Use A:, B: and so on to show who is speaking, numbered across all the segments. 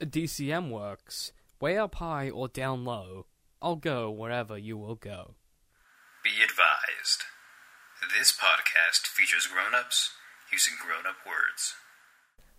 A: DCM works. Way up high or down low, I'll go wherever you will go.
B: Be advised. This podcast features grown ups using grown up words.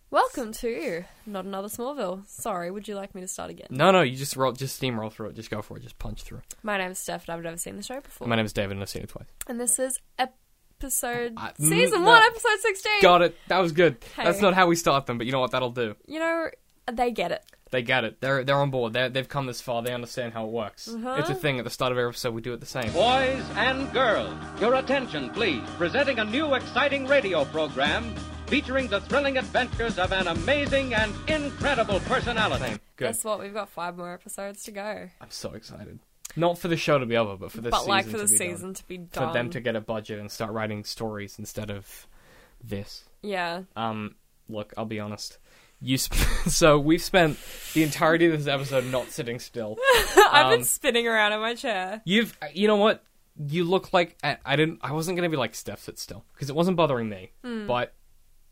C: Welcome to Not Another Smallville. Sorry, would you like me to start again?
A: No, no, you just roll, just steamroll through it, just go for it, just punch through.
C: My name's Steph, and I've never seen the show before.
A: My name's David, and I've seen it twice.
C: and this is episode
A: I- mm,
C: season
A: no.
C: one, episode sixteen.
A: Got it. That was good. That's
C: Hey.
A: not how we start them, but you know what? That'll do.
C: You know they get it.
A: They got it. They're they're on board. They're, they've come this far. They understand how it works.
C: Uh-huh.
A: It's a thing. At the start of every episode, we do it the same.
D: Boys and girls, your attention, please. Presenting a new exciting radio program featuring the thrilling adventures of an amazing and incredible personality.
A: Same. Good.
C: Guess what? We've got five more episodes to go,
A: I'm so excited. Not for the show to be over, but for this
C: but
A: season
C: like for
A: to
C: the
A: be done.
C: season to be done.
A: for them to get a budget and start writing stories instead of this.
C: yeah,
A: Um, look, I'll be honest. You sp- so we've spent the entirety of this episode not sitting still.
C: I've
A: Um,
C: been spinning around in my chair.
A: You've, you know what? You look like I, I didn't. I wasn't gonna be like Steph sit still because it wasn't bothering me. But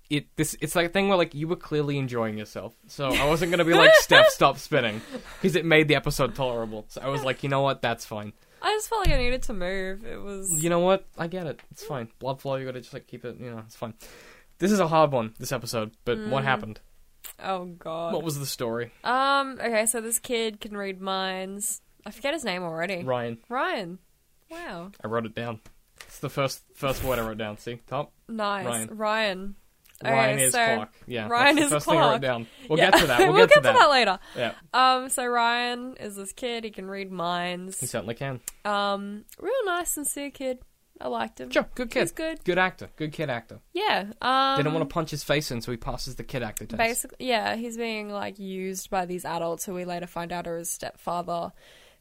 A: it this it's like a thing where like you were clearly enjoying yourself. So I wasn't gonna be like Steph, stop spinning because it made the episode tolerable. So I was like, you know what? That's fine.
C: I just felt like I needed to move. It was
A: You know what? I get it. It's fine. Blood flow. You gotta just like keep it. You know, it's fine. This is a hard one. This episode, but what happened?
C: oh god.
A: What was the story,
C: um. Okay, so this kid can read minds. I forget his name already.
A: Ryan?
C: Ryan. Wow.
A: I wrote it down. It's the first first word I wrote down. See, top
C: Nice.
A: Ryan.
C: Ryan. Okay,
A: Ryan is
C: so-
A: clock. Yeah,
C: Ryan
A: that's
C: is
A: the first thing I
C: clock.
A: wrote down. We'll
C: Yeah.
A: get to that. We'll,
C: get, to,
A: that.
C: that later.
A: Yeah,
C: Um, so Ryan is this kid. He can read
A: he
C: minds.
A: certainly can.
C: Um, real nice, sincere kid. I liked him.
A: Sure, good kid.
C: He's good.
A: Good actor. Good kid actor.
C: Yeah. Um,
A: Didn't want to punch his face in, so he passes the kid actor test.
C: Basically, yeah, he's being like used by these adults who we later find out are his stepfather,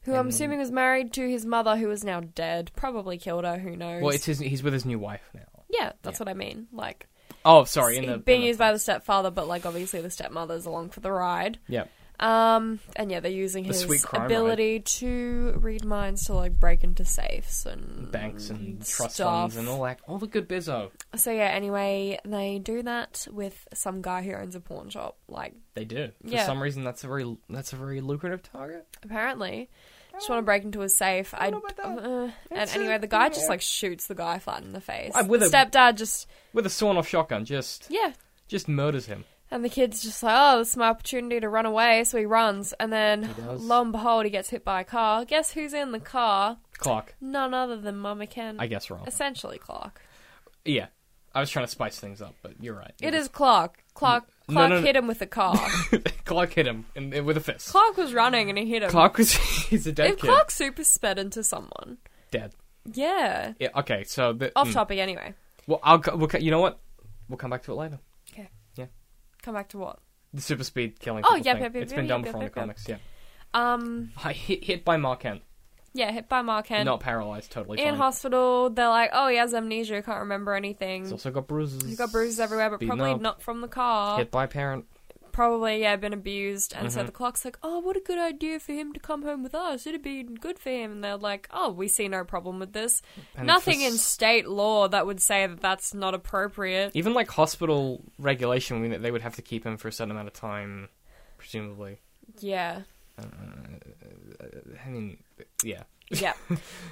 C: who I'm assuming was married to his mother, who is now dead. Probably killed her. Who knows?
A: Well, it's his. He's with his new wife now.
C: yeah, that's what I mean. Like
A: Oh, sorry. In the
C: being
A: in the-
C: used by the stepfather, but like obviously the stepmother's along for the ride.
A: Yeah.
C: Um, and yeah, they're using his
A: sweet crime
C: ability to read minds to like break into safes and
A: Banks and trust
C: stuff.
A: funds and all that. All the good bizzo.
C: So yeah, anyway, they do that with some guy who owns a pawn shop. Like
A: They do. For
C: Yeah.
A: some reason, that's a very that's a very lucrative target.
C: apparently, just want to break into his safe. I,
A: know about
C: uh, and
A: It's a-
C: anyway, the guy
A: yeah.
C: just like shoots the guy flat in the face.
A: Uh, with
C: the
A: a-
C: stepdad just
A: With a sawn-off shotgun, just
C: yeah,
A: just murders him.
C: and the kid's just like, oh, this is my opportunity to run away. So he runs, and then
A: does.
C: lo and behold, he gets hit by a car. Guess who's in the car?
A: Clock.
C: None other than Mama Ken.
A: I guess wrong.
C: Essentially, Clark.
A: Yeah. I was trying to spice things up, but you're right.
C: It is Clark. Clark.
A: No,
C: Clark
A: no, no.
C: hit him with a car.
A: Clark hit him in, with a fist.
C: Clark was running and he hit him.
A: Clark was he's a dead
C: if
A: kid.
C: Clark super sped into someone,
A: Dead.
C: yeah.
A: Yeah, okay, so the,
C: Off
A: mm.
C: topic anyway.
A: Well, I'll co- we'll, co- you know what? We'll come back to it later.
C: Okay.
A: Yeah.
C: Come back to what?
A: The super speed killing.
C: Oh,
A: people
C: yep,
A: thing.
C: yep, yep,
A: It's
C: yep,
A: been done
C: yep,
A: before
C: yep,
A: in the
C: yep,
A: comics. Yeah.
C: Um.
A: Hi- Hit, hit by Mark Kent,
C: Yeah, hit by Mark Kent.
A: not paralyzed, totally.
C: in
A: fine.
C: hospital, they're like, "Oh, he has amnesia. Can't remember anything.
A: He's also got bruises.
C: He's got bruises everywhere, but
A: beaten
C: probably
A: up,
C: not from the car.
A: Hit Mm-hmm. by parent.
C: Probably yeah, been abused." And so the clock's like, "Oh, what a good idea for him to come home with us. It'd be good for him." And they're like, "Oh, we see no problem with this.
A: And
C: Nothing
A: for
C: in
A: s-
C: state law that would say that that's not appropriate."
A: Even like hospital regulation, we, they would have to keep him for a certain amount of time, presumably.
C: Yeah.
A: I mean, yeah.
C: Yeah.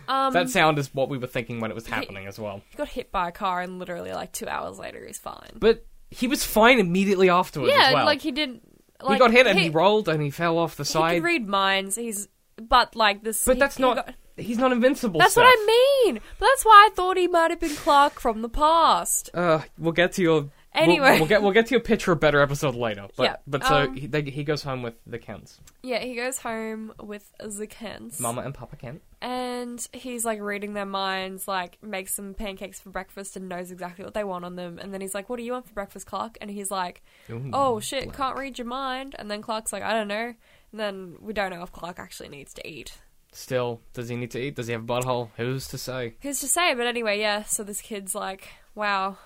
C: Um,
A: that sound is what we were thinking when it was happening as well.
C: he got hit by a car and literally like two hours later he's fine.
A: But he was fine immediately afterwards.
C: yeah,
A: as well.
C: like he did. Like,
A: he got hit and he,
C: he
A: rolled and he fell off the
C: He
A: side.
C: could read minds. He's but like this.
A: but
C: he-
A: that's
C: he
A: not.
C: got-
A: He's not invincible.
C: that's
A: Seth.
C: what I mean. But that's why I thought he might have been Clark from the past.
A: Uh, we'll get to your. we'll-
C: Anyway.
A: we'll, get we'll get to your picture of better episode later. But,
C: Yeah,
A: But so
C: um,
A: he, they, he goes home with the Kents,
C: Yeah, he goes home with the Kents,
A: Mama and Papa Kent.
C: and he's like reading their minds. Like makes some pancakes for breakfast and knows exactly what they want on them. And then he's like, "What do you want for breakfast, Clark?" And he's like,
A: Ooh,
C: oh shit, can't read your mind. And then Clark's like, I don't know. And then we don't know if Clark actually needs to eat.
A: Still, does he need to eat? Does he have a butthole? Who's to say?
C: Who's to say? But anyway, yeah, so this kid's like, wow,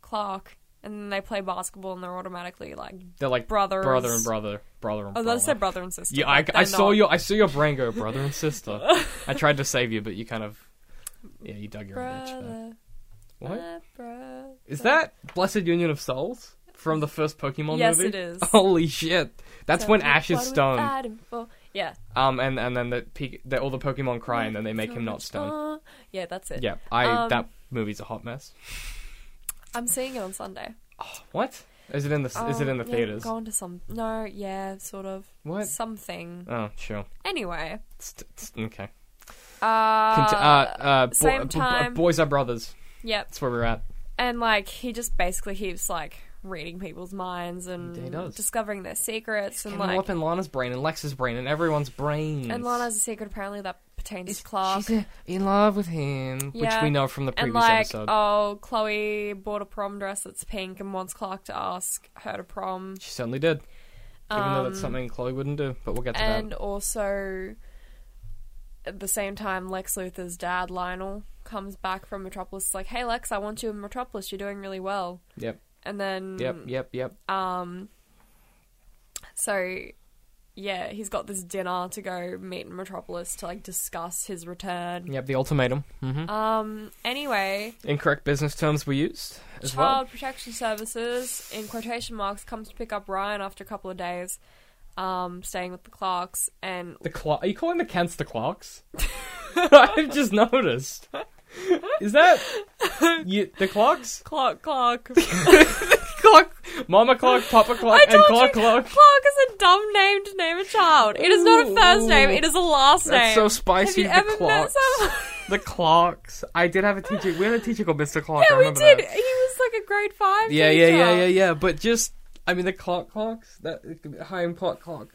C: Clark. And then they play basketball and they're automatically like,
A: They're like
C: Brothers.
A: brother and brother, brother and.
C: oh,
A: brother.
C: they said brother and sister.
A: Yeah, I,
C: but
A: I
C: they're
A: saw
C: not.
A: your I saw your brain go brother and sister. I tried to save you, but you kind of yeah you dug your own ditch there.
C: Brother,
A: What
C: brother.
A: is that? Blessed Union of Souls from the first Pokemon
C: Yes,
A: movie?
C: it is.
A: Holy shit. That's when Ash is
C: What
A: stoned.
C: are we fighting for? Yeah.
A: Um, and, and then the, pe- the all the Pokemon cry, and then they make him not stoned.
C: Uh, yeah, that's it.
A: Yeah, I
C: Um,
A: that movie's a hot mess.
C: I'm seeing it on Sunday.
A: What is it in the is it in the
C: Um, yeah,
A: theaters?
C: Going to some no, yeah, sort of.
A: What?
C: Something.
A: Oh, sure.
C: Anyway.
A: St- st- okay.
C: Uh,
A: Cont- uh, uh, bo-
C: same
A: b- b-
C: time-
A: boys are brothers.
C: Yep.
A: That's where we're at.
C: And like he just basically keeps like reading people's minds
A: He
C: and
A: does.
C: discovering their secrets and
A: Kevin
C: like
A: up in Lana's brain and Lex's brain and everyone's brains.
C: and Lana's a secret apparently that pertains to Clark.
A: She's uh, in love with him,
C: Yeah.
A: which we know from the previous
C: and like,
A: episode.
C: oh, Chloe bought a prom dress that's pink and wants Clark to ask her to prom.
A: she certainly did, even though that's something Chloe wouldn't do. But we'll get to
C: um, And
A: that.
C: also, at the same time, Lex Luthor's dad, Lionel, comes back from Metropolis. is like, hey, Lex, I want you in Metropolis. You're doing really well.
A: Yep,
C: And then,
A: yep, yep, yep.
C: uh, so yeah, he's got this dinner to go meet in Metropolis to like discuss his return.
A: Yep, the ultimatum. hmm
C: Anyway,
A: Incorrect business terms were used as
C: Child
A: well.
C: Protection Services, in quotation marks, comes to pick up Ryan after a couple of days, um, staying with the Clarks, and
A: The clock. Are you calling the Kents the clocks? I've just noticed. Is that you, the clocks?
C: Clark, Clark,
A: Clock, Mama clock, Papa clock,
C: I
A: and
C: told
A: clock
C: you,
A: clock.
C: Clark is a dumb name to name a child. It is not a first
A: Ooh.
C: name; it is a last
A: That's
C: name.
A: so spicy.
C: Have
A: the
C: you ever met
A: clocks.
C: someone?
A: The clocks. I did have a teacher. We had a teacher called Mr. Clock. I
C: yeah, we
A: remember
C: did.
A: That.
C: He was like a grade five.
A: Yeah, yeah,
C: teacher.
A: yeah, yeah, yeah. But just, I mean, the clock clocks. That high end clock clock.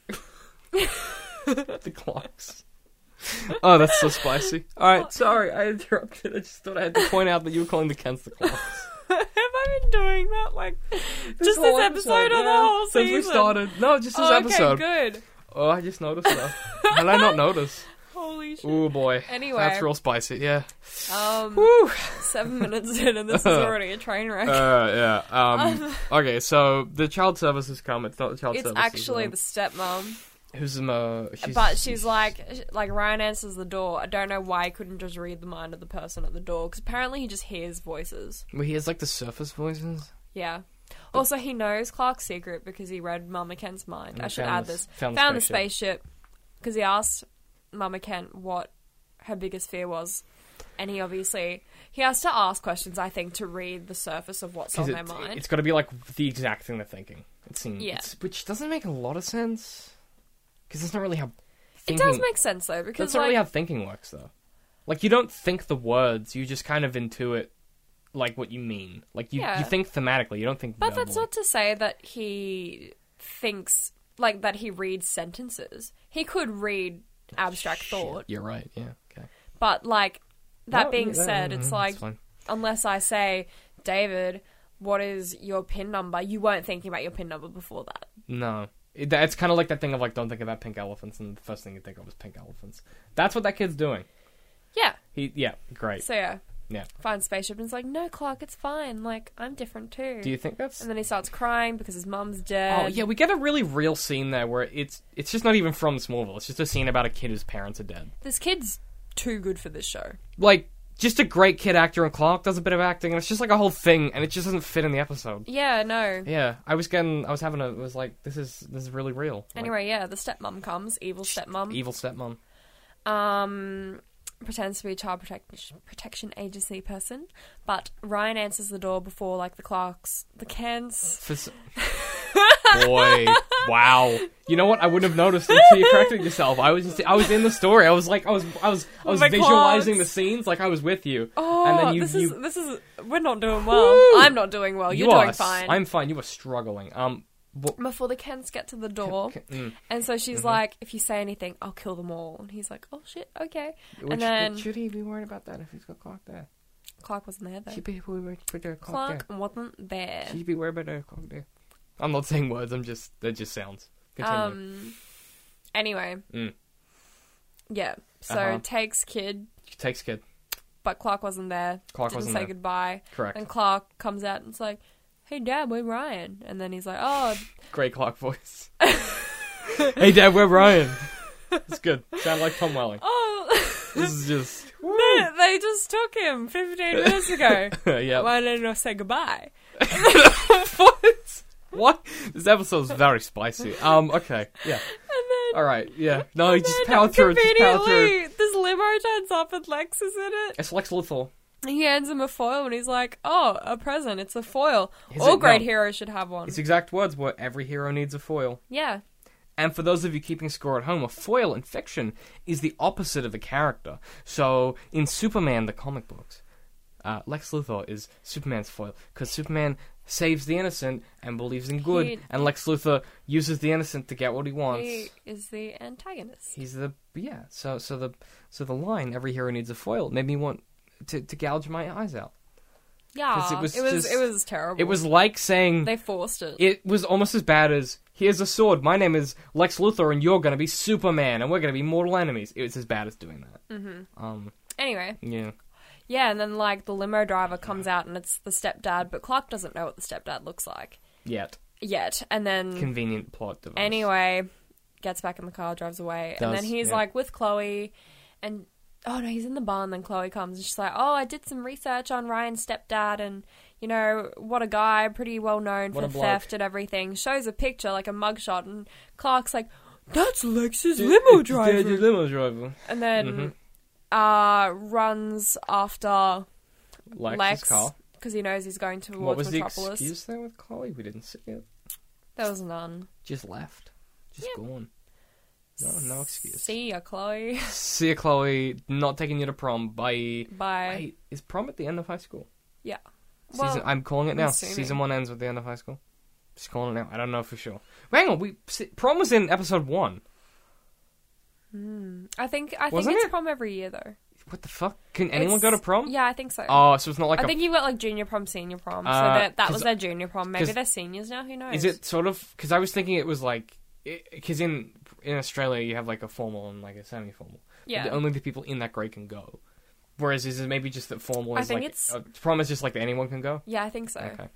A: the clocks. Oh, that's so spicy. All right, sorry, I interrupted. I just thought I had to point out that you were calling the Kents the clocks.
C: Have I been doing that? Like, just
A: whole
C: this episode, or the
A: yeah,
C: whole season?
A: Since we started, no, just this
C: Oh,
A: episode.
C: Okay, good.
A: Oh, I just noticed that. How did I not notice?
C: Holy shit.
A: Oh boy.
C: Anyway.
A: that's real spicy. Yeah.
C: Um,
A: Woo.
C: seven minutes in, and this is already a train wreck.
A: Uh, yeah. Um, okay, so the child services come. It's not the child
C: it's
A: services.
C: actually the stepmom,
A: the who's uh, she's,
C: but she's like, sh- like Ryan answers the door. I don't know why he couldn't just read the mind of the person at the door because apparently he just hears voices.
A: Well, he has like the surface voices.
C: Yeah. Also, he knows Clark's secret because he read Mama Kent's mind. I should
A: found
C: add
A: the s-
C: this.
A: found the
C: the
A: spaceship.
C: spaceship because he asked Mama Kent what her biggest fear was, and he obviously he has to ask questions. I think to read the surface of what's on
A: it,
C: their mind.
A: has got to be like the exact thing they're thinking. It seems.
C: Yeah.
A: it's- which doesn't make a lot of sense because that's not really how.
C: It
A: Thinking,
C: does make sense though because
A: That's not
C: like
A: really how thinking works, though. Like you don't think the words; you just kind of intuit, like what you mean. Like you,
C: Yeah.
A: you think thematically. You don't think.
C: But that's
A: verbally.
C: not to say that he thinks like that he reads sentences. He could read abstract
A: Shit,
C: thought,
A: You're right. Yeah. Okay.
C: but like that
A: No,
C: being
A: yeah,
C: said,
A: yeah,
C: it's
A: yeah,
C: like
A: fine.
C: unless I say, David, what is your pin number? You weren't thinking about your pin number before that.
A: No. It, that- it's kind of like that thing of like, don't think about pink elephants, and the first thing you think of is pink elephants. That's what that kid's doing.
C: Yeah.
A: He, yeah, great.
C: So yeah,
A: yeah.
C: finds spaceship and it's like, no, Clark, it's fine. Like I'm different too.
A: Do you think that's?
C: and then he starts crying because his mum's dead.
A: Oh yeah, we get a really real scene there where it's it's just not even from Smallville. It's just a scene about a kid whose parents are dead.
C: This kid's too good for this show.
A: Like, just a great kid actor, and Clark does a bit of acting, and it's just like a whole thing, and it just doesn't fit in the episode.
C: Yeah, no.
A: Yeah, I was getting, I was having a, it was like, this is this is really real. Like,
C: Anyway, yeah, the stepmom comes, evil stepmom.
A: evil stepmom.
C: um, pretends to be a child protect- protection agency person, but Ryan answers the door before like the Clarks, the Kents.
A: For s- Boy, wow. You know what? I wouldn't have noticed until you corrected yourself. I was just, I was in the story. I was like, I was, I was, I was
C: The
A: visualizing the
C: clocks.
A: scenes like I was with you.
C: Oh,
A: and then you,
C: this
A: you,
C: is this is we're not doing well.
A: Whew.
C: I'm not doing well.
A: you
C: You're
A: are
C: doing
A: s-
C: fine.
A: I'm fine. You were struggling. Um, wh-
C: before the Kents get to the door,
A: Ken- mm.
C: and so she's like, "If you say anything, I'll kill them all." And he's like, "Oh shit, okay."
A: which-
C: and then
A: should he be worried about that if he's got Clark there?
C: Clark wasn't there though.
A: Should be worried about their Clark,
C: Clark wasn't there.
A: there. Should be worried about their Clark there. I'm not saying words. I'm just that just sounds. Continue.
C: Um. Anyway.
A: Mm.
C: Yeah. So
A: Uh-huh.
C: takes kid,
A: She takes kid.
C: but Clark wasn't there.
A: Clark
C: didn't
A: wasn't
C: say
A: there.
C: goodbye.
A: Correct.
C: And Clark comes out and it's like, "Hey, Dad, we're Ryan." And then he's like, "Oh,
A: Great Clark voice. hey Dad, we're Ryan. It's good. Sound like Tom Welling.
C: oh."
A: This is just
C: they, they just took him 15 minutes ago.
A: yeah.
C: Why didn't I say goodbye?
A: What? this episode is very spicy. Um, okay, yeah.
C: And then,
A: All right, yeah. No,
C: and
A: just
C: then
A: power through. it, Just power through. it.
C: conveniently, This limo turns up and Lex is in it.
A: It's Lex Luthor.
C: He hands him a foil and he's like, "Oh, a present. It's a foil.
A: Is
C: All
A: it-
C: great
A: no.
C: heroes should have one."
A: His exact words were, "Every hero needs a foil."
C: yeah.
A: And for those of you keeping score at home, a foil in fiction is the opposite of a character. So in Superman, the comic books, uh, Lex Luthor is Superman's foil because Superman saves the innocent and believes in good,
C: He-
A: and Lex Luthor uses the innocent to get what he wants.
C: He is the antagonist.
A: He's the yeah. So so the so the line "Every hero needs a foil" made me want to to gouge my eyes out.
C: Yeah.
A: 'Cause
C: It was it was,
A: just-
C: terrible.
A: It was like saying
C: they forced it.
A: it was almost as bad as here's a sword my name is lex luthor and you're gonna be superman and we're gonna be mortal enemies it was as bad as doing that mm-hmm. um
C: anyway,
A: yeah
C: yeah, and then like the limo driver comes out and it's the stepdad, but Clark doesn't know what the stepdad looks like
A: yet
C: yet. And then
A: convenient plot device
C: Anyway, gets back in the car, drives away, and
A: Does,
C: then he's
A: yeah.
C: like with Chloe, and oh no, he's in the barn. then Chloe comes, and she's like, "Oh, I did some research on Ryan's stepdad, and you know what a guy, pretty well known
A: What
C: for
A: a bloke."
C: theft and everything." Shows a picture, like a mugshot, and Clark's like, "That's Lex's limo
A: Yeah, Mm-hmm. the
C: driver,"
A: limo driver
C: and then uh, runs after
A: Lex's
C: Lex
A: car
C: because he knows he's going towards
A: what was the
C: Metropolis.
A: excuse there with chloe we didn't see it
C: There was none.
A: just left just
C: Yeah.
A: gone no no excuse
C: See ya, Chloe.
A: see you chloe not taking you to prom bye
C: Bye.
A: Wait, is prom at the end of high school
C: Yeah.
A: Season, I'm calling it
C: I'm
A: now.
C: assuming.
A: Season one ends with the end of high school. Just calling it now. I don't know for sure. But hang on, we se- prom was in episode one.
C: I think I
A: Wasn't
C: think it's
A: it?
C: prom every year though.
A: What the fuck? Can anyone
C: It's-
A: go to prom?
C: Yeah, I think so.
A: Oh, so it's not like
C: I
A: a.
C: think you got like junior prom, senior prom. so
A: Uh,
C: that that
A: 'cause-
C: was their junior prom. Maybe
A: 'cause-
C: they're seniors now. Who knows?
A: is it sort of? Because I was thinking it was like because in in Australia you have like a formal and like a semi-formal. But
C: Yeah.
A: the- only the people in that grade can go. Whereas is it maybe just that formal
C: I
A: is
C: think
A: like
C: it's-
A: uh, prom is just like anyone can go.
C: yeah, I think so.
A: Okay.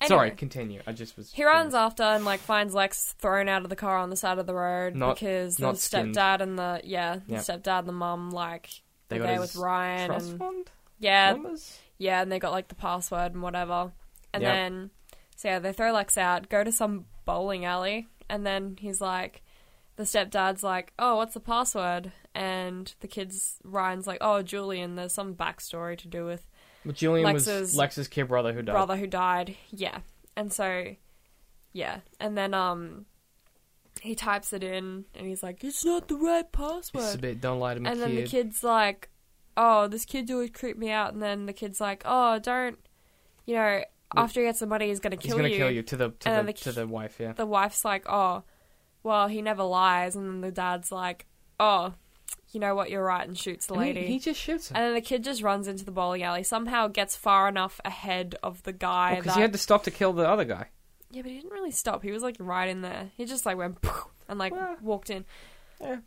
C: Anyway,
A: Sorry, continue. I just was.
C: He runs after and like finds Lex thrown out of the car on the side of the road
A: Not-
C: because
A: not
C: the
A: skinned.
C: stepdad and the yeah, the
A: Yeah.
C: stepdad and the mum like
A: They
C: were
A: got
C: there
A: his
C: with Ryan
A: Trust
C: and
A: fund
C: yeah,
A: numbers.
C: yeah, and they got like the password and whatever. And
A: Yep.
C: then so yeah, they throw Lex out, go to some bowling alley, and then he's like the stepdad's like, Oh, what's the password? And the kid's Ryan's like, Oh, Julian, there's some backstory to do with
A: But Julian was
C: Lex's-
A: Lex's kid brother who died.
C: brother who died. Yeah. And so yeah. And then um he types it in and he's like, It's not the right password.
A: It's a bit. Don't lie to me,
C: and
A: kid.
C: then the kid's like, "Oh, this kid's always creep me out." And then the kid's like, "Oh, don't, you know." After he gets the money, he's gonna
A: He's
C: kill
A: gonna
C: you.
A: kill you to the to
C: And
A: the,
C: then the
A: to the wife. Yeah.
C: The wife's like, "Oh, well, he never lies." And then the dad's like, "Oh, you know what? You're right," and shoots the
A: And he-
C: lady.
A: He, just shoots
C: and
A: her
C: then the kid just runs into the bowling alley. Somehow gets far enough ahead of the guy
A: because
C: that
A: Oh, he had to stop to kill the other guy.
C: yeah, but he didn't really stop. He was like right in there. He just like went and like
A: Well,
C: walked in.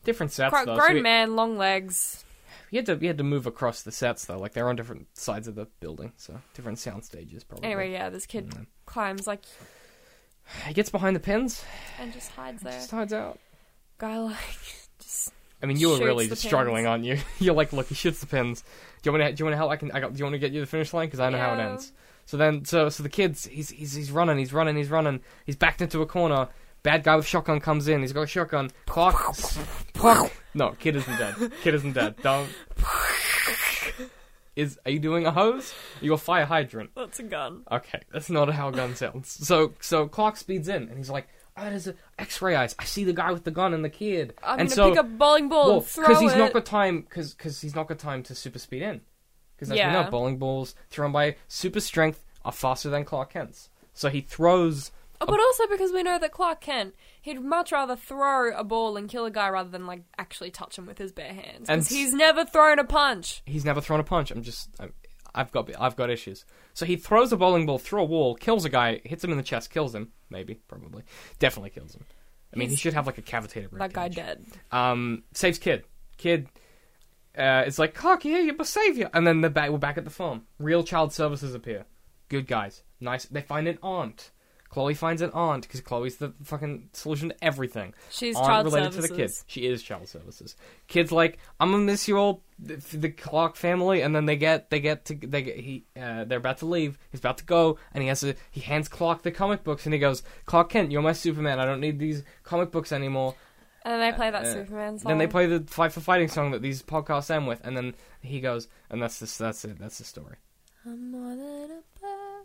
A: Different sets
C: Gro-
A: though. so
C: grown
A: he,
C: man, long legs.
A: he had to he had to move across the sets though. Like they're on different sides of the building, so different sound stages probably.
C: Anyway, yeah, this kid
A: Mm.
C: climbs like
A: he gets behind the pins,
C: and just hides there.
A: just hides out.
C: guy like just
A: I mean, you were
C: Shoots
A: really
C: the
A: just struggling,
C: pins.
A: aren't you? You're like, look, he shoots the pins. Do you want to? Do you want to help? I can. I got, do you want to get you the finish line? Because I know how it
C: Yeah.
A: ends. So then, so so the kids, he's he's he's running, he's running, he's running. He's backed into a corner. Bad guy with shotgun comes in. He's got a shotgun. Clark. Clark- No, kid isn't dead. Kid isn't dead. Don't. Is are you doing a hose? Are you a fire hydrant?
C: that's a gun.
A: Okay, that's not how a gun sounds. So so Clark speeds in and he's like, oh, there's a X-ray eyes. I see the guy with the gun and the kid.
C: I'm
A: and
C: gonna
A: so,
C: pick up bowling ball
A: well,
C: and throw
A: he's
C: it.
A: not got time. Because he's not got time to super speed in. Because as we
C: Yeah.
A: know, bowling balls thrown by super strength are faster than Clark Kent's. So he throws.
C: Oh, but also because we know that Clark Kent, he'd much rather throw a ball and kill a guy rather than like actually touch him with his bare hands.
A: And
C: Because
A: s-
C: he's never thrown a punch.
A: He's never thrown a punch. I'm just. I'm, I've got. I've got issues. So he throws a bowling ball through a wall, kills a guy, hits him in the chest, kills him. Maybe, probably, definitely kills him. I mean,
C: He's-
A: he should have like a cavitated.
C: That guy
A: ribcage.
C: dead.
A: um, saves kid. Kid uh, is like, Clark, yeah, you're my savior. And then the ba- we're back at the farm. Real child services appear. Good guys. Nice. They find an aunt. Chloe finds an aunt because Chloe's the fucking solution to everything.
C: She's
A: aunt
C: child
A: related to the
C: services.
A: kids. She is child services. Kids like I'm gonna miss you all, the, the Clark family, and then they get they get to they get he uh, they're about to leave. He's about to go, and he has to he hands Clark the comic books, and he goes, Clark Kent, you're my Superman. I don't need these comic books anymore.
C: And then they play that
A: Uh,
C: Superman song.
A: Then they play the Fight for Fighting song that these podcasts end with, and then he goes, and that's this that's it that's the story.
C: I'm more than a bird.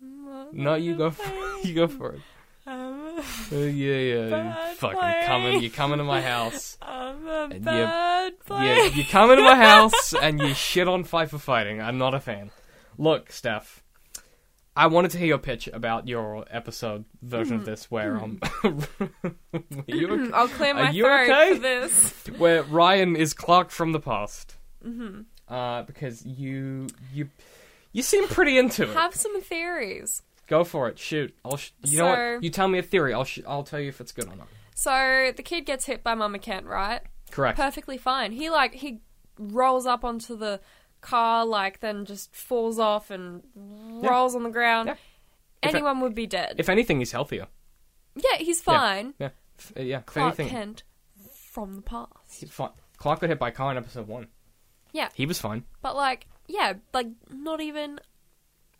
C: I'm more
A: No,
C: than
A: you
C: a
A: go for
C: bird.
A: you go for it.
C: I'm a,
A: Uh, yeah, yeah. you
C: Bad
A: Fucking
C: boy.
A: coming, you're coming to my house.
C: I'm a
A: you-
C: bad boy.
A: Yeah, you come into my house and you shit on Fight for Fighting. I'm not a fan. Look, Steph, I wanted to hear your pitch about your episode version of this where um were you okay-
C: I'll clear my
A: Are you
C: throat
A: okay?
C: for this.
A: where Ryan is Clark from the past. Mm-hmm. Uh, because you you you seem pretty into it.
C: Have some theories.
A: Go for it. Shoot. I'll sh- you know
C: So-
A: what? You tell me a theory. I'll sh- I'll tell you if it's good or not.
C: So the kid gets hit by Mama Kent, right?
A: Correct.
C: Perfectly fine. He like he rolls up onto the car, like then just falls off and rolls on the ground.
A: Yeah. If I-
C: Anyone would be dead.
A: If anything, he's healthier.
C: yeah, he's fine.
A: Yeah. F- uh, yeah. If
C: Clark
A: anything,
C: Kent from the past.
A: he's fine. Clark got hit by a car in episode one.
C: Yeah,
A: He was fine.
C: but like yeah, like not even.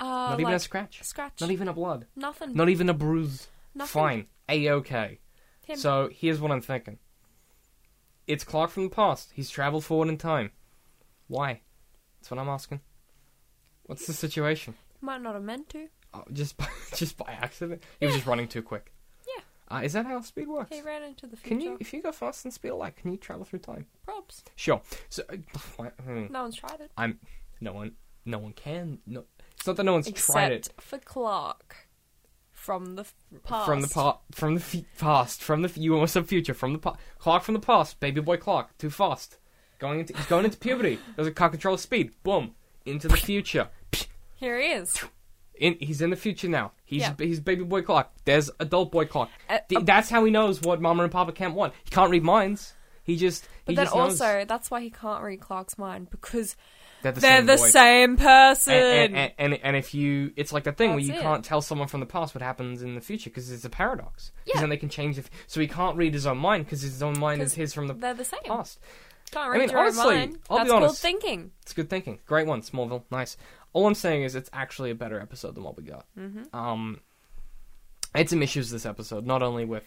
C: Uh,
A: Not even
C: like,
A: a scratch.
C: Scratch.
A: Not even a blood.
C: nothing.
A: Not even a bruise.
C: Nothing.
A: Fine. A okay.
C: Him.
A: So here's what I'm thinking. It's Clark from the past. He's traveled forward in time. Why? That's what I'm asking. What's the situation?
C: Might not have meant to.
A: Oh, just by, just by accident? He was just running too quick.
C: Yeah.
A: Uh, is that how speed works?
C: He ran into the future.
A: Can you, if you go faster than speed of light, can you travel through time?
C: Props.
A: Sure. So, uh, why- hmm.
C: No one's tried it.
A: I'm. No one. No one can. No. It's not that no one's
C: Except
A: tried it.
C: for Clark from the f- past.
A: From the past, from the fe- past, from the f- you almost said future. From the past, Clark from the past, baby boy Clark, too fast, going into he's going into puberty. Doesn't car control speed. Boom, into the future.
C: Here he is.
A: In he's in the future now. He's
C: Yeah.
A: he's baby boy Clark. There's adult boy Clark.
C: Uh,
A: Th-
C: um,
A: That's how he knows what Mama and Papa Kent want. He can't read minds. He just.
C: But
A: he
C: then
A: just knows
C: also, that's why he can't read Clark's mind because
A: they're the
C: they're
A: same.
C: the
A: boy.
C: same person.
A: And, and, and, and if you, it's like the thing where
C: That's
A: you
C: it.
A: can't tell someone from the past what happens in the future because it's a paradox. 'Cause
C: Yeah.
A: then they can change the. f- So he can't read his own mind because his own mind is
C: 'Cause
A: his from the
C: they're the same.
A: past.
C: Can't
A: Oh. I
C: read
A: mean,
C: your own
A: honestly,
C: mind.
A: I'll be
C: that's called
A: honest.
C: thinking.
A: It's good thinking. Great one, Smallville. Nice. All I'm saying is it's actually a better episode than what we got. Mm-hmm. Um, I had some issues this episode, not only with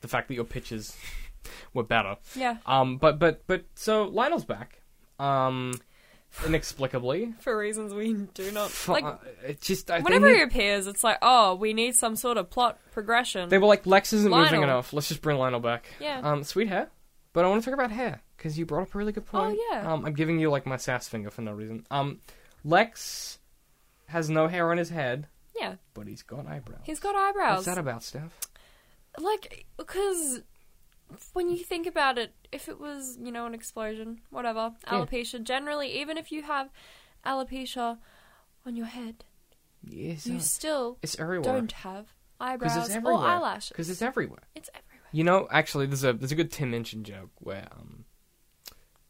A: the fact that your pitches were better,
C: Yeah,
A: um, but but but so Lionel's back, um, inexplicably.
C: for reasons we do not
A: Fu-
C: like.
A: uh, it's just I, they
C: Whenever
A: need-
C: he appears, it's like, oh, we need some sort of plot progression.
A: They were like, Lex isn't moving
C: Lionel.
A: enough. Let's just bring Lionel back.
C: Yeah.
A: Um, sweet hair. But I want to talk about hair because you brought up a really good point.
C: Oh, yeah.
A: Um, I'm giving you like my sass finger for no reason. Um, Lex has no hair on his head,
C: yeah,
A: but he's got eyebrows.
C: he's got eyebrows.
A: What's that about, Steph?
C: like because when you think about it if it was you know an explosion whatever
A: Yeah.
C: alopecia generally even if you have alopecia on your head
A: Yes. uh,
C: you still
A: it's everywhere.
C: don't have
A: Because
C: eyebrows
A: it's everywhere.
C: or eyelashes
A: Because it's everywhere.
C: It's everywhere
A: You know, actually, there's a there's a good Tim Minchin joke where um,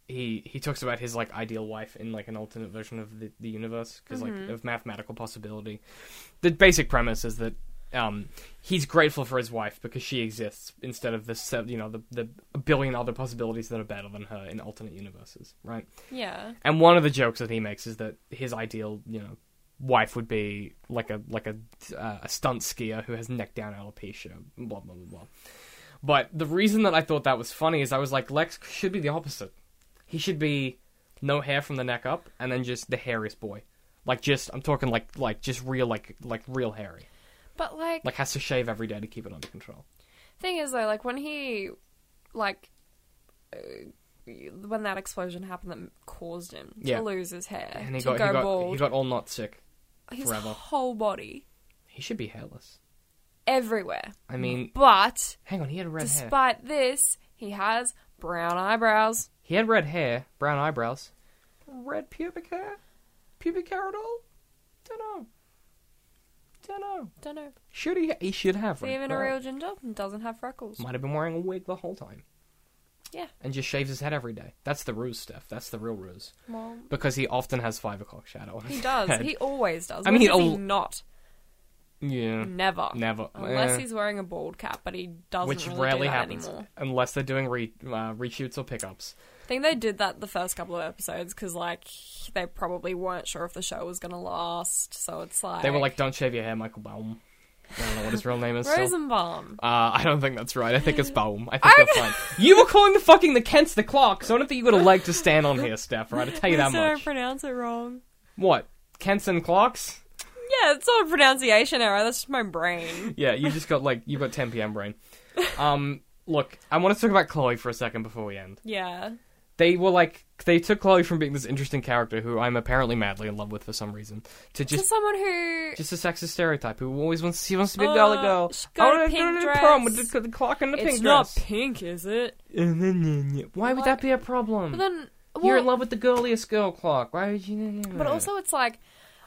A: he he talks about his like ideal wife in like an alternate version of the, the universe because like of mathematical possibility. The basic premise is that um, he's grateful for his wife because she exists instead of the se- you know the the billion other possibilities that are better than her in alternate universes, right?
C: yeah
A: And one of the jokes that he makes is that his ideal, you know, wife would be like a like a uh, a stunt skier who has neck down alopecia, blah blah blah blah. But the reason that I thought that was funny is I was like, Lex should be the opposite. He should be no hair from the neck up, and then just the hairiest boy. Like just, I'm talking like like just real like like real hairy.
C: but like,
A: Like has to shave every day to keep it under control.
C: thing is though like when he like uh, when that explosion happened that caused him
A: Yeah.
C: to lose his hair
A: And he
C: to
A: got
C: go
A: he got,
C: bald
A: he got all not sick.
C: his
A: forever.
C: whole body
A: He should be hairless.
C: everywhere
A: I mean,
C: but
A: hang on, he had red hair.
C: Mm. Despite this, he has brown eyebrows.
A: He had red hair, brown eyebrows, red pubic hair, pubic hair at all. Don't know. Don't know.
C: Don't know.
A: Should he? He should have.
C: Is he
A: red
C: even a
A: hair.
C: real ginger? Doesn't have freckles.
A: Might have been wearing a wig the whole time.
C: Yeah.
A: And just shaves his head every day. That's the ruse, Steph. That's the real ruse.
C: Well,
A: Because he often has five o'clock shadow. On
C: he
A: his
C: does.
A: head.
C: He always does.
A: I
C: I
A: mean,
C: mean,
A: he
C: does he
A: al-
C: not?
A: Yeah.
C: Never.
A: Never.
C: Unless
A: Eh.
C: he's wearing a bald cap, but he doesn't
A: Which
C: really
A: rarely
C: do that
A: happens
C: anymore.
A: unless they're doing re- uh, reshoots or pickups.
C: I think they did that the first couple of episodes because, like, they probably weren't sure if the show was going to last. So it's like.
A: They were like, "Don't shave your hair, Michael Baum." I don't know what his real name is. still.
C: Rosenbaum.
A: Uh, I don't think that's right. I think it's Baum. I think you're fine. You were calling the fucking the Kents the clock, so I don't think you got a leg to stand on here, Steph. Right? I tell you that
C: Did I
A: much.
C: pronounce it wrong?
A: What? Kents and clocks?
C: Yeah, it's not a pronunciation error. That's just my brain.
A: Yeah, you just got like you got 10 p.m. brain. Um, look, I want to talk about Chloe for a second before we end.
C: Yeah.
A: They were like they took Chloe from being this interesting character who I'm apparently madly in love with for some reason to
C: To
A: just
C: someone who.
A: just a sexist stereotype who always wants she wants to be a girly
C: Uh,
A: girl. Oh,
C: she got
A: I
C: a
A: wanna
C: pink
A: go to
C: dress.
A: prom with the, the clock and the
C: it's
A: pink
C: not
A: dress.
C: pink, is it?
A: Why would
C: Why-
A: that be a problem?
C: But then.
A: You're
C: well,
A: in love with the girliest girl clock. Why would you?
C: But also, it's like,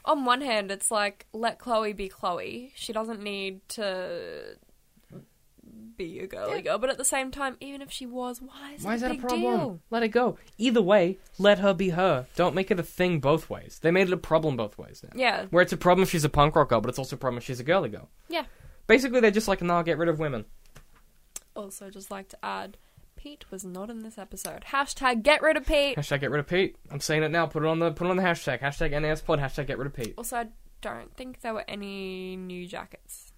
C: on one hand, it's like, let Chloe be Chloe. She doesn't need to be a girly girl. But at the same time, even if she was, why is,
A: why
C: it
A: is
C: a
A: that a
C: big
A: problem?
C: deal?
A: Let it go. Either way, let her be her. Don't make it a thing both ways. They made it a problem both ways now.
C: Yeah.
A: Where it's a problem if she's a punk rock girl, but it's also a problem if she's a girly girl.
C: Yeah.
A: Basically, they're just like, nah, get rid of women.
C: Also, just like to add, Pete was not in this episode. Hashtag get rid of Pete.
A: Hashtag get rid of Pete. I'm saying it now. Put it on the put it on the hashtag. Hashtag NASPod. Hashtag get rid of Pete.
C: Also, I don't think there were any new jackets.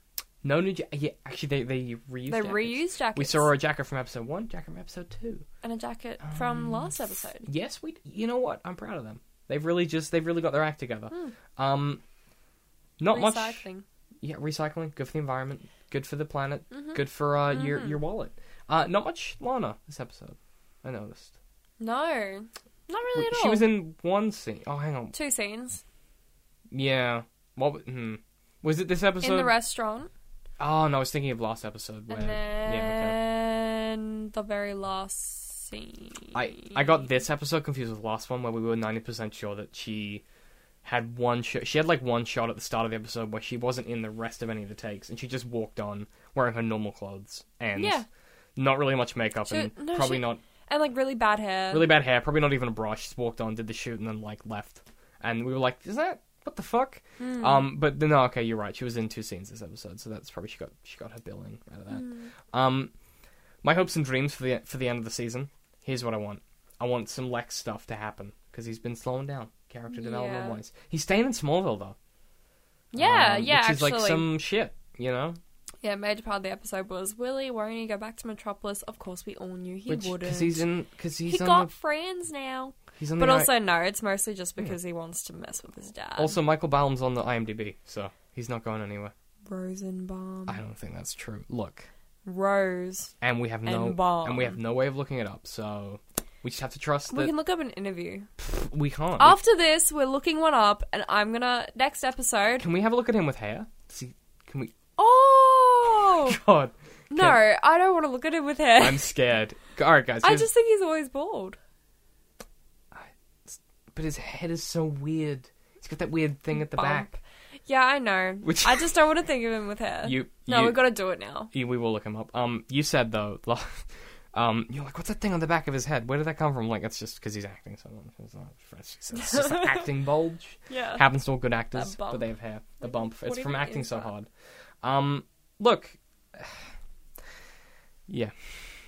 A: No new. Ja- yeah, actually, they they reused.
C: they
A: jackets.
C: reused jackets.
A: We saw a jacket from episode one, jacket from episode two.
C: and a jacket
A: Oh,
C: from last episode.
A: Yes, we. You know what? I'm proud of them. They've really just they've really got their act together. Um, not much.
C: Hmm. Recycling.
A: yeah, recycling, good for the environment, good for the planet,
C: Mm-hmm.
A: good for uh, your your wallet. Uh, not much Lana this episode. I noticed.
C: No, not really
A: We-
C: at all.
A: she was in one scene. Oh, hang on.
C: two scenes
A: Yeah. What? wa- Hmm. Was it this episode?
C: in the restaurant,
A: oh no, I was thinking of last episode. Where,
C: and then
A: Yeah. Okay.
C: the very last scene.
A: I I got this episode confused with the last one where we were ninety percent sure that she had one shot. She had like one shot at the start of the episode where she wasn't in the rest of any of the takes, and she just walked on wearing her normal clothes and
C: Yeah.
A: not really much makeup
C: She-
A: and
C: no,
A: probably
C: she-
A: not
C: and like really bad hair.
A: really bad hair, probably not even a brush. Just walked on, did the shoot, and then like left. And we were like, "Is that what the fuck?"
C: Hmm.
A: Um, but then- no, okay, you're right. She was in two scenes this episode, so that's probably she got she got her billing out of that.
C: Hmm.
A: Um, my hopes and dreams for the for the end of the season. Here's what I want. I want some Lex stuff to happen because he's been slowing down character development wise. He's staying in Smallville though.
C: yeah,
A: um,
C: yeah.
A: which
C: actually,
A: is like some shit, you know.
C: yeah. Major part of the episode was Willie. Why don't you go back to Metropolis? Of course, we all knew he
A: Which
C: wouldn't.
A: because he's in because he's
C: he
A: on
C: got
A: the
C: friends now,
A: he's on
C: but
A: the I-
C: also no. It's mostly just because he wants to mess with his dad.
A: also Michael Baum's on the IMDb, so he's not going anywhere.
C: Rosenbaum,
A: I don't think that's true. Look,
C: Rose.
A: and we have no
C: And bomb.
A: we have no way of looking it up, so we just have to trust
C: We
A: that
C: can look up an interview.
A: we can't. We-
C: After this, we're looking one up, and I'm gonna next episode.
A: can we have a look at him with hair? See, can we?
C: Oh
A: God,
C: no, I don't want to look at him with hair.
A: I'm scared. All right, guys.
C: I
A: here's-
C: just think he's always bald.
A: but his head is so weird. He's got that weird thing at the
C: Bump.
A: back.
C: Yeah, I know.
A: Which-
C: I just don't want to think of him with hair.
A: You-
C: no,
A: you-
C: we've got to do it now.
A: Yeah, we will look him up. Um, you said though, lo- um, you're like, what's that thing on the back of his head? Where did that come from? Like, it's just because he's acting so much. It's, not, it's just an acting bulge.
C: Yeah.
A: happens to all good actors,
C: That bump.
A: but they have hair. The
C: What-
A: bump.
C: what
A: It's
C: do you
A: from
C: mean
A: acting
C: is
A: so
C: that?
A: hard. Um, look, yeah,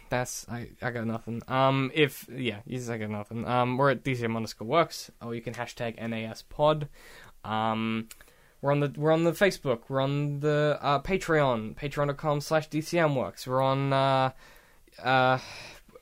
A: that's I, I got nothing. Um, if yeah, you just- I got nothing. Um, we're at DCM underscore works, or you can hashtag NAS pod. Um, we're on the we're on the Facebook. We're on the uh, Patreon, patreon.com slash DCM works. We're on uh, uh,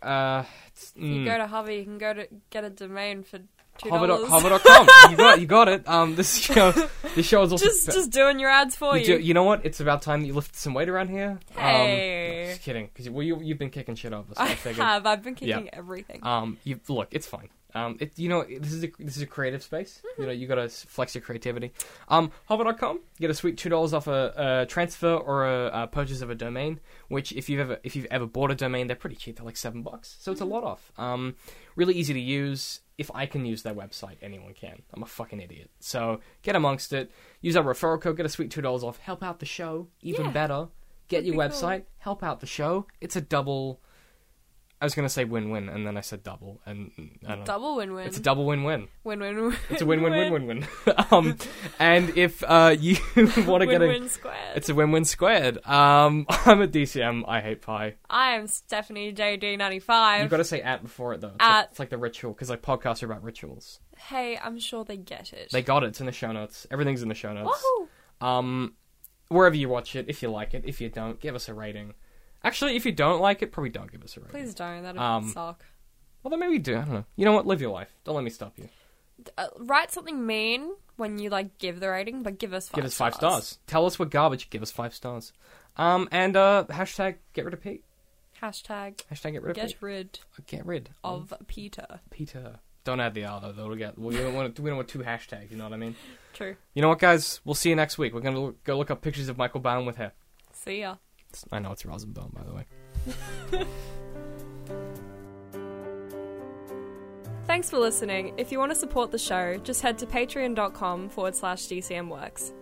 A: uh. it's-
C: You
A: mm.
C: go to Hover, you can go to get a domain for two
A: Hover dot-
C: dollars.
A: hover.com. you got you got it. Um, this show this show is also
C: just just doing your ads for
A: you,
C: you.
A: do- you know what? It's about time that you lifted some weight around here. Um,
C: Hey.
A: no, just kidding. Because well, you you've been kicking shit over. So I,
C: I
A: figured-
C: have. I've been kicking
A: Yeah.
C: everything.
A: Um, you look, it's fine. Um, it, you know, this is a this is a creative space. You know,
C: Mm-hmm.
A: you gotta s- flex your creativity. Um, hover.com, get a sweet two dollars off a, a transfer or a, a purchase of a domain. Which, if you've ever if you've ever bought a domain, they're pretty cheap. They're like seven bucks, so
C: Mm-hmm.
A: it's a lot off. Um, really easy to use. If I can use their website, anyone can. I'm a fucking idiot. So get amongst it. Use our referral code. Get a sweet two dollars off. Help out the show. Even
C: Yeah.
A: better, get
C: Would
A: your
C: be cool.
A: website. Help out the show. It's a double I was gonna say win-win, and then I said double, and I don't know.
C: Double win-win.
A: It's a double win-win.
C: win-win.
A: It's a win-win-win-win-win. um, and if uh, you want to get a,
C: Win-win squared.
A: it's a win-win squared. Um, I'm a DCM. I hate pie.
C: I am Stephanie JD95.
A: You've got to say at before it though. It's,
C: At.
A: like, it's like the ritual because like podcasts are about rituals.
C: Hey, I'm sure they get it.
A: They got it. It's in the show notes. Everything's in the show notes.
C: Woohoo!
A: Um, wherever you watch it, if you like it, if you don't, give us a rating. Actually, if you don't like it, probably don't give us a rating.
C: Please don't. That'll
A: Um,
C: suck.
A: Although maybe you do. I don't know. You know what? Live your life. Don't let me stop you.
C: Uh, write something mean when you like give the rating, but give us five.
A: give us five stars. Tell us we're garbage. Give us five stars. Um, and uh, hashtag get rid of Pete.
C: Hashtag
A: Hashtag get rid of
C: get
A: Pete. Uh,
C: rid
A: Get rid
C: of Peter.
A: Peter. Don't add the R though. That'll get. We don't want. We don't want two hashtags. You know what I mean?
C: True.
A: You know what, guys? We'll see you next week. We're gonna look, go look up pictures of Michael Baum with hair.
C: See ya.
A: It's- I know it's Rosenbaum, by the way.
C: Thanks for listening. If you want to support the show, just head to patreon.com forward slash DCMworks.